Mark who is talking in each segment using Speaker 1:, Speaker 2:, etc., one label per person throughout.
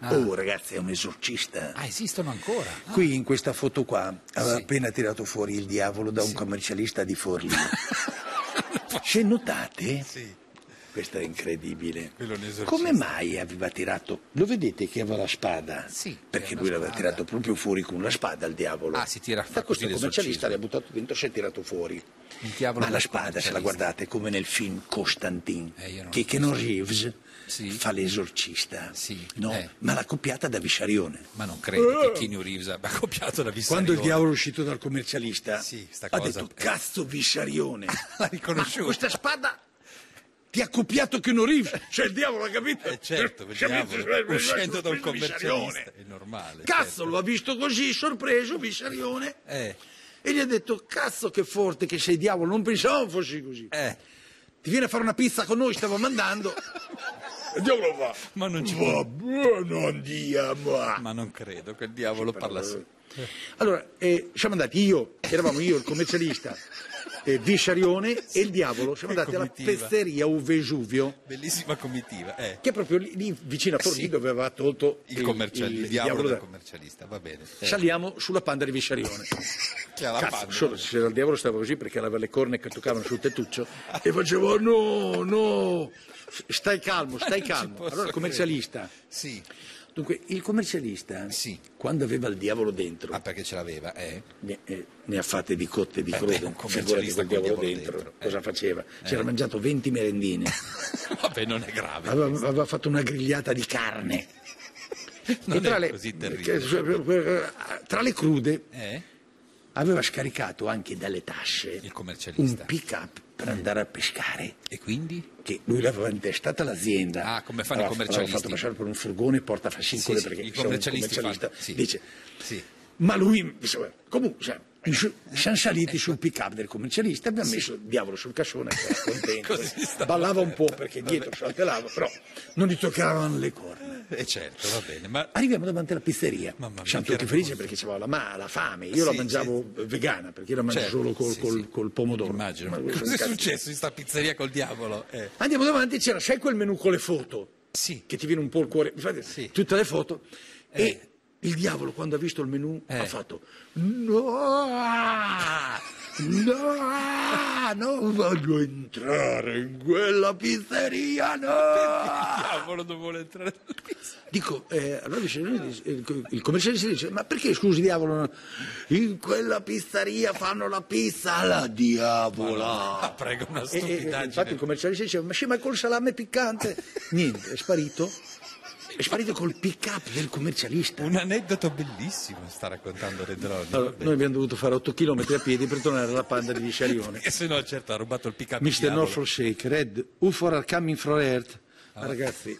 Speaker 1: Ah.
Speaker 2: Oh, ragazzi, è un esorcista.
Speaker 1: Ah, esistono ancora. Ah,
Speaker 2: Qui in questa foto qua aveva
Speaker 1: Sì.
Speaker 2: appena tirato fuori il diavolo da un commercialista di Forlì. Se notate, questo è incredibile. Come mai aveva tirato? Lo vedete che aveva la spada?
Speaker 1: Sì,
Speaker 2: Perché
Speaker 1: aveva
Speaker 2: lui
Speaker 1: una
Speaker 2: l'aveva
Speaker 1: spada.
Speaker 2: tirato proprio fuori con la spada il diavolo.
Speaker 1: Ah, si tira
Speaker 2: Da
Speaker 1: fuori
Speaker 2: questo
Speaker 1: così
Speaker 2: commercialista
Speaker 1: l'esorcismo.
Speaker 2: l'ha buttato dentro e si è tirato fuori.
Speaker 1: Il diavolo
Speaker 2: Ma la
Speaker 1: del cioè,
Speaker 2: spada, se la
Speaker 1: commercialista.
Speaker 2: guardate, come nel film Constantine,
Speaker 1: Eh, io non
Speaker 2: che
Speaker 1: l'ho
Speaker 2: Keanu Reeves
Speaker 1: Sì.
Speaker 2: fa l'esorcista,
Speaker 1: Sì,
Speaker 2: no?
Speaker 1: eh.
Speaker 2: ma la coppiata da Visciarione.
Speaker 1: Ma non credo che Keanu Reeves abbia copiato la vista.
Speaker 2: Eh. Quando il diavolo è uscito dal commercialista
Speaker 1: Sì, sta
Speaker 2: ha
Speaker 1: cosa-
Speaker 2: detto cazzo Visciarione,
Speaker 1: l'ha riconosciuta.
Speaker 2: Ma questa spada ti ha copiato che non rivi, cioè il diavolo ha capito?
Speaker 1: Eh, certo,
Speaker 2: Cioè,
Speaker 1: vediamo,
Speaker 2: cioè,
Speaker 1: uscendo da un
Speaker 2: questo
Speaker 1: commercialista. Certo.
Speaker 2: Visciarione.
Speaker 1: È normale.
Speaker 2: Cazzo lo ha visto così, sorpreso Visciarione
Speaker 1: certo.
Speaker 2: e gli ha detto cazzo che forte che sei diavolo, non pensavo fossi così.
Speaker 1: Eh, eh.
Speaker 2: Ti viene a fare una pizza con noi, stavo mandando. E il diavolo va.
Speaker 1: Ma non ci-
Speaker 2: Vabbè, non andiamo. a-
Speaker 1: Ma non credo che il diavolo parla
Speaker 2: Allora,
Speaker 1: sì.
Speaker 2: Allora, eh, siamo andati io, eravamo io il commercialista eh, Visciarione e il diavolo, siamo
Speaker 1: che
Speaker 2: andati alla
Speaker 1: comitiva.
Speaker 2: pezzeria U Vesuvio,
Speaker 1: Bellissima comitiva. Eh.
Speaker 2: che è proprio lì, lì vicino a Torino
Speaker 1: Sì.
Speaker 2: dove aveva tolto
Speaker 1: Il, commerciali-
Speaker 2: il-
Speaker 1: il
Speaker 2: il
Speaker 1: diavolo del
Speaker 2: da-
Speaker 1: commercialista, va bene. Eh.
Speaker 2: Saliamo sulla panda di Visciarione.
Speaker 1: Che alla
Speaker 2: Cazzo,
Speaker 1: palla.
Speaker 2: solo se il diavolo stava così perché aveva le corna che toccavano sul tettuccio e facevo "Oh, no, no, stai calmo, stai
Speaker 1: Non ci
Speaker 2: calmo.
Speaker 1: posso
Speaker 2: Allora il commercialista.
Speaker 1: Sì.
Speaker 2: Dunque, il commercialista,
Speaker 1: Sì.
Speaker 2: quando aveva il diavolo dentro,
Speaker 1: Ah, perché ce l'aveva, eh?
Speaker 2: ne, eh, ne ha fatte di cotte e di
Speaker 1: Eh,
Speaker 2: crude,
Speaker 1: beh, un
Speaker 2: figurati
Speaker 1: commercialista
Speaker 2: col diavolo
Speaker 1: col diavolo
Speaker 2: dentro,
Speaker 1: dentro, eh.
Speaker 2: cosa faceva? Si era mangiato 20 merendine,
Speaker 1: Vabbè, non è grave.
Speaker 2: aveva, aveva fatto una grigliata di carne.
Speaker 1: non
Speaker 2: e tra
Speaker 1: è
Speaker 2: le, cioè,
Speaker 1: così terribile.
Speaker 2: che- tra le crude
Speaker 1: Eh?
Speaker 2: aveva scaricato anche dalle tasce
Speaker 1: Il
Speaker 2: un
Speaker 1: commercialista.
Speaker 2: pick up per andare a pescare.
Speaker 1: E quindi?
Speaker 2: Che lui l'aveva intestata l'azienda.
Speaker 1: Ah, come fanno i
Speaker 2: Allora,
Speaker 1: commercialisti.
Speaker 2: L'aveva fatto passare per un furgone porta fascicole
Speaker 1: Sì, sì,
Speaker 2: perché
Speaker 1: i
Speaker 2: insomma,
Speaker 1: commercialisti
Speaker 2: un commercialista
Speaker 1: fanno- sì.
Speaker 2: dice
Speaker 1: Sì.
Speaker 2: Ma lui, insomma, comunque, cioè, su- siamo saliti sul pick up del commercialista, abbiamo messo il diavolo sul cassone, che era contento,
Speaker 1: Così stava.
Speaker 2: ballava un po' perché dietro saltellava, però non gli toccavano le corna.
Speaker 1: E certo, va bene, ma
Speaker 2: Arriviamo davanti alla pizzeria,
Speaker 1: Mamma mia,
Speaker 2: siamo
Speaker 1: che
Speaker 2: tutti felici
Speaker 1: racconto.
Speaker 2: perché c'aveva la, ma- la fame, io la
Speaker 1: Sì,
Speaker 2: mangiavo vegana perché la mangio
Speaker 1: Certo,
Speaker 2: solo col,
Speaker 1: sì,
Speaker 2: col-
Speaker 1: sì.
Speaker 2: col pomodoro.
Speaker 1: immagino.
Speaker 2: Ma-
Speaker 1: Cosa è
Speaker 2: cazzo.
Speaker 1: successo in sta pizzeria col diavolo? Eh.
Speaker 2: Andiamo davanti, c'era, sai quel menù con le foto?
Speaker 1: Sì.
Speaker 2: Che ti viene un po' il cuore, infatti,
Speaker 1: Sì.
Speaker 2: tutte le foto. E il diavolo, quando ha visto il menù,
Speaker 1: Eh.
Speaker 2: ha fatto: No, no, non voglio entrare in quella pizzeria,
Speaker 1: Il
Speaker 2: no.
Speaker 1: diavolo non vuole entrare nella pizzeria.
Speaker 2: Dico, eh, allora dice- il il commercialista dice: Ma perché scusi, diavolo? In quella pizzeria fanno la pizza alla diavola.
Speaker 1: Ah, prego, una
Speaker 2: E- e- e infatti il
Speaker 1: stupidaggine.
Speaker 2: commercialista diceva ma sì ma col salame piccante niente è sparito è sparito col pick up del commercialista
Speaker 1: Un aneddoto bellissimo sta raccontando Redroni.
Speaker 2: Allora, noi abbiamo dovuto fare 8 km a piedi per tornare alla panda di Visciarione
Speaker 1: E se no, certo, ha rubato il pick up.
Speaker 2: Mr.
Speaker 1: diavolo.
Speaker 2: No Shake Red U for are coming from Earth Ma Ah, ragazzi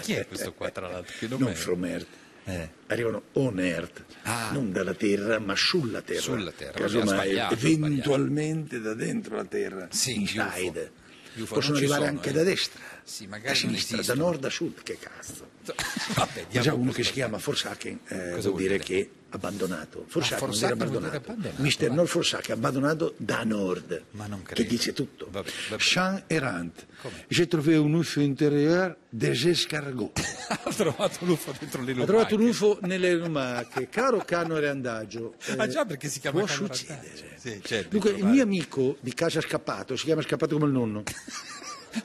Speaker 1: Chi è questo qua, tra l'altro? Che nome
Speaker 2: non
Speaker 1: è?
Speaker 2: from Earth
Speaker 1: Eh.
Speaker 2: arrivano on Earth
Speaker 1: Ah.
Speaker 2: non dalla terra ma sulla terra
Speaker 1: Sulla terra, abbiamo
Speaker 2: casomai
Speaker 1: sbagliato,
Speaker 2: eventualmente da dentro la terra
Speaker 1: Sì,
Speaker 2: inside
Speaker 1: UFO. UFO,
Speaker 2: possono
Speaker 1: non ci
Speaker 2: arrivare
Speaker 1: sono,
Speaker 2: anche
Speaker 1: eh.
Speaker 2: da destra
Speaker 1: Sì,
Speaker 2: da
Speaker 1: magari non
Speaker 2: sinistra, da
Speaker 1: esiste.
Speaker 2: nord a sud, che cazzo.
Speaker 1: Vabbè,
Speaker 2: C'è
Speaker 1: diamo
Speaker 2: uno che si
Speaker 1: questo.
Speaker 2: chiama Forsaken, eh, vuol
Speaker 1: vuol
Speaker 2: dire
Speaker 1: dire?
Speaker 2: che abbandonato. Forsac,
Speaker 1: Ah,
Speaker 2: non
Speaker 1: Forsac
Speaker 2: era
Speaker 1: vuol dire
Speaker 2: abbandonato.
Speaker 1: abbandonato,
Speaker 2: Mister
Speaker 1: va.
Speaker 2: Nor Forsac, abbandonato da Nord.
Speaker 1: Ma non
Speaker 2: Che
Speaker 1: credo.
Speaker 2: dice tutto.
Speaker 1: Vabbè, vabbè.
Speaker 2: Jean Errant. J'ai trouvé un ufo interior des escargots.
Speaker 1: ha trovato l'UFO dentro le
Speaker 2: Ha
Speaker 1: lumache.
Speaker 2: trovato un ufo nelle lumache. Caro canore andagio. eh,
Speaker 1: Ah già perché si chiama
Speaker 2: Può
Speaker 1: Canora
Speaker 2: succedere.
Speaker 1: Andagio. Sì, certo,
Speaker 2: Dunque, il
Speaker 1: trovare.
Speaker 2: mio amico di casa scappato, si chiama scappato come il nonno,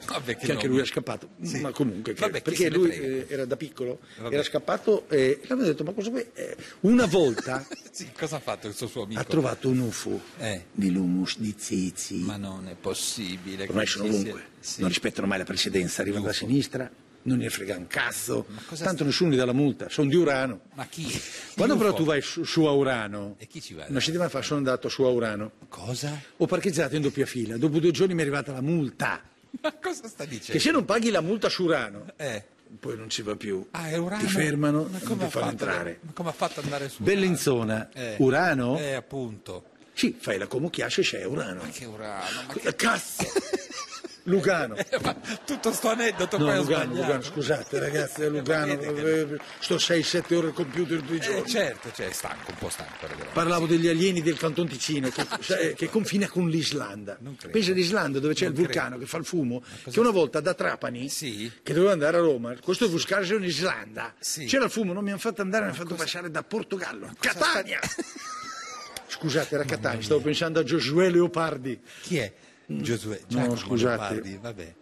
Speaker 1: Vabbè,
Speaker 2: che anche
Speaker 1: nome.
Speaker 2: lui è scappato,
Speaker 1: Sì.
Speaker 2: ma comunque, che-
Speaker 1: Vabbè, chi
Speaker 2: perché
Speaker 1: se ne
Speaker 2: lui
Speaker 1: frega.
Speaker 2: eh, era da piccolo,
Speaker 1: Vabbè.
Speaker 2: era scappato eh, e l'avevano detto, ma cosa vuoi? Eh, una volta
Speaker 1: Sì, cosa ha fatto il suo, suo amico?
Speaker 2: ha trovato un ufo
Speaker 1: Eh.
Speaker 2: di l'humus di Zizi.
Speaker 1: Ma non è possibile.
Speaker 2: Ormai
Speaker 1: che
Speaker 2: sono
Speaker 1: ci sia-
Speaker 2: ovunque,
Speaker 1: Sì.
Speaker 2: non rispettano mai la precedenza, arrivano da sinistra, non ne frega un cazzo, tanto nessuno gli dà la multa, sono di Urano.
Speaker 1: Ma chi?
Speaker 2: Quando però
Speaker 1: L'UFO?
Speaker 2: tu vai su, su a Urano,
Speaker 1: E chi ci va?
Speaker 2: una settimana fa sono andato su a Urano,
Speaker 1: Cosa?
Speaker 2: ho parcheggiato in doppia fila, dopo due giorni mi è arrivata la multa,
Speaker 1: Ma cosa sta
Speaker 2: che
Speaker 1: dicendo?
Speaker 2: se non paghi la multa su Urano,
Speaker 1: Eh.
Speaker 2: poi non ci va più,
Speaker 1: Ah, è Urano.
Speaker 2: ti fermano
Speaker 1: Ma
Speaker 2: e non
Speaker 1: come
Speaker 2: ti
Speaker 1: ha
Speaker 2: fanno
Speaker 1: fatto-
Speaker 2: entrare.
Speaker 1: Ma come ha fatto ad andare su?
Speaker 2: Bellinzona,
Speaker 1: Eh.
Speaker 2: Urano?
Speaker 1: Eh, appunto.
Speaker 2: Sì, fai la comucchiascia e c'è Urano.
Speaker 1: Ma che Urano? Ma
Speaker 2: Eh, Cazzo! Lugano.
Speaker 1: Eh, ma tutto sto aneddoto
Speaker 2: No,
Speaker 1: poi ho
Speaker 2: Lugano,
Speaker 1: sbagliato.
Speaker 2: Lugano, scusate ragazzi, è Lugano,
Speaker 1: Vedete che-
Speaker 2: eh, sto 6-7 ore al computer tutti i
Speaker 1: Eh,
Speaker 2: giorni.
Speaker 1: certo, cioè, è stanco, un po' stanco. Ragazzi.
Speaker 2: Parlavo degli alieni del Canton Ticino che, sa- eh, che confina con l'Islanda.
Speaker 1: Ah, certo. Non credo.
Speaker 2: Pensa all'Islanda dove c'è
Speaker 1: Non
Speaker 2: il vulcano che fa il fumo, che una volta da Trapani,
Speaker 1: Sì.
Speaker 2: che doveva andare a Roma, questo vulcano c'era in Islanda,
Speaker 1: Sì.
Speaker 2: c'era il fumo, non mi hanno fatto andare, mi hanno fatto passare da Portogallo, a Catania! Scusate, era Catania, stavo pensando a Giosuè Leopardi,
Speaker 1: Chi è? Giosuè. Giacomo
Speaker 2: scusate.
Speaker 1: Leopardi, vabbè.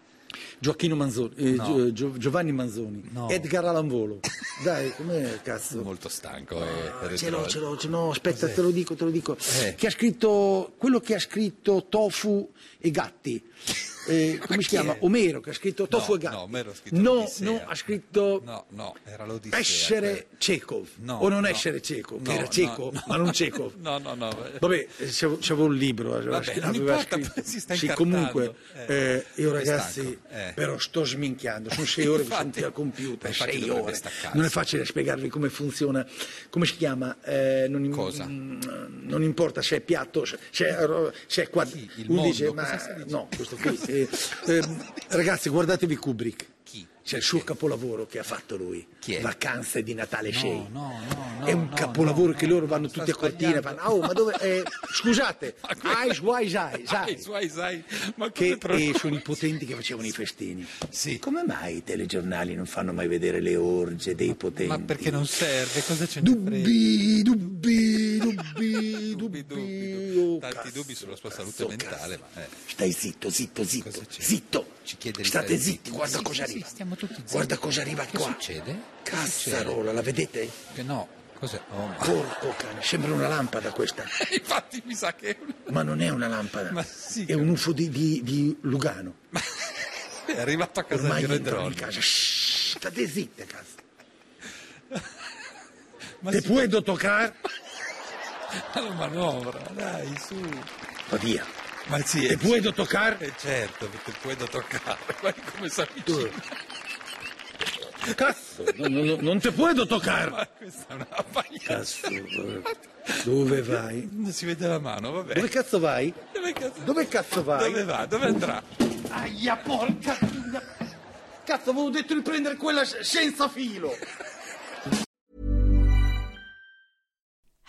Speaker 2: Gioacchino Manzoni, eh, Gio- Gio- Giovanni Manzoni,
Speaker 1: No.
Speaker 2: Edgar Alanvolo. Dai, com'è cazzo?
Speaker 1: Molto stanco. eh, per
Speaker 2: Ah, Ce l'ho,
Speaker 1: trovare-
Speaker 2: ce l'ho, ce l'ho, aspetta, te lo dico, te lo dico.
Speaker 1: Eh.
Speaker 2: Che ha scritto quello che ha scritto Tofu e Gatti. Eh, come si
Speaker 1: chi
Speaker 2: chiama?
Speaker 1: è?
Speaker 2: Omero che ha scritto Tofu
Speaker 1: No,
Speaker 2: e Gatti.
Speaker 1: no, Omero ha scritto
Speaker 2: no,
Speaker 1: l'Odissea.
Speaker 2: no, ha scritto
Speaker 1: No, no, era l'Odissea.
Speaker 2: essere
Speaker 1: quello.
Speaker 2: cieco
Speaker 1: No,
Speaker 2: o non
Speaker 1: no.
Speaker 2: essere cieco, che
Speaker 1: No,
Speaker 2: era
Speaker 1: no,
Speaker 2: cieco,
Speaker 1: no.
Speaker 2: ma non cieco.
Speaker 1: No, no, no.
Speaker 2: Vabbè, eh, c'avevo c'avevo un libro, aveva
Speaker 1: Vabbè,
Speaker 2: scr-
Speaker 1: non
Speaker 2: aveva
Speaker 1: importa,
Speaker 2: scritto.
Speaker 1: si sta
Speaker 2: sì,
Speaker 1: incartando.
Speaker 2: comunque,
Speaker 1: Eh,
Speaker 2: eh, io
Speaker 1: è
Speaker 2: ragazzi,
Speaker 1: stanco, eh.
Speaker 2: però sto sminchiando, sono sei ore che sono
Speaker 1: Infatti.
Speaker 2: qui al computer,
Speaker 1: Infatti
Speaker 2: sei
Speaker 1: dovrebbe
Speaker 2: ore.
Speaker 1: staccarsi.
Speaker 2: Non è facile spiegarvi come funziona, come si chiama, eh, non, im-
Speaker 1: Cosa?
Speaker 2: mm, non importa se è piatto, se se è, ro- se è quad-
Speaker 1: Chi? Il
Speaker 2: uno
Speaker 1: mondo?
Speaker 2: dice,
Speaker 1: Cosa
Speaker 2: ma
Speaker 1: si dice?
Speaker 2: no, questo qui. eh, ehm, ragazzi, guardatevi Kubrick.
Speaker 1: Chi?
Speaker 2: C'è il suo capolavoro che ha fatto lui,
Speaker 1: Chi è?
Speaker 2: Vacanze di Natale 6.
Speaker 1: no, no, no,
Speaker 2: è un
Speaker 1: no,
Speaker 2: capolavoro
Speaker 1: no,
Speaker 2: che
Speaker 1: no,
Speaker 2: loro
Speaker 1: no,
Speaker 2: vanno
Speaker 1: sta
Speaker 2: tutti a cortina,
Speaker 1: sbagliando.
Speaker 2: fanno, "Ah, oh, ma dove... eh, scusate,
Speaker 1: Ma que-
Speaker 2: Eyes Wise Eyes,
Speaker 1: Ai
Speaker 2: eyes.
Speaker 1: suoi, sai, ma
Speaker 2: Che
Speaker 1: come pro-
Speaker 2: eh, sono i potenti che facevano i festini.
Speaker 1: Sì.
Speaker 2: Come mai i telegiornali non fanno mai vedere le orge dei potenti?
Speaker 1: Ma perché non serve? Cosa c'è
Speaker 2: Dubbi, dubbi, dubbi,
Speaker 1: Dubbi,
Speaker 2: dubbi,
Speaker 1: dubbi,
Speaker 2: oh,
Speaker 1: tanti
Speaker 2: cazzo,
Speaker 1: dubbi sulla sua
Speaker 2: cazzo,
Speaker 1: salute mentale,
Speaker 2: cazzo.
Speaker 1: ma, eh.
Speaker 2: Stai zitto, zitto, zitto,
Speaker 1: Cosa c'è?
Speaker 2: zitto.
Speaker 1: Ci chiede di
Speaker 2: State
Speaker 1: stare
Speaker 2: zitti,
Speaker 1: zitti.
Speaker 2: guarda
Speaker 1: Sì,
Speaker 2: cosa
Speaker 1: sì, sì,
Speaker 2: arriva.
Speaker 1: stiamo tutti zitti.
Speaker 2: Guarda cosa arriva
Speaker 1: Che
Speaker 2: qua.
Speaker 1: succede? Che
Speaker 2: Cazzarola, la vedete?
Speaker 1: Che no, cos'è? Oh, ma-
Speaker 2: Porco cane, sembra una lampada questa,
Speaker 1: Infatti mi sa che...
Speaker 2: ma non è una lampada,
Speaker 1: Ma sì.
Speaker 2: è un ufo di, di- di Lugano.
Speaker 1: È arrivato a casa
Speaker 2: Ormai
Speaker 1: di
Speaker 2: entrano
Speaker 1: Redron.
Speaker 2: in casa. Shhh, state zitte, cazzo.
Speaker 1: Ma
Speaker 2: Te
Speaker 1: si
Speaker 2: puedo tocar?
Speaker 1: fa la manovra, dai, su.
Speaker 2: Va via.
Speaker 1: Ma sì,
Speaker 2: Te
Speaker 1: è...
Speaker 2: puedo tocar?
Speaker 1: eh, certo, perché puoi da toccare. Guarda come si avvicina.
Speaker 2: Cazzo, non, non- non te puedo tocar.
Speaker 1: Ma questa è una bagnata.
Speaker 2: Cazzo, eh, dove vai?
Speaker 1: Non si vede la mano, vabbè.
Speaker 2: Dove cazzo vai?
Speaker 1: Dove cazzo-
Speaker 2: Dove cazzo vai?
Speaker 1: Dove va? Dove andrà?
Speaker 2: Aia porca! Cazzo, avevo detto di prendere quella senza filo!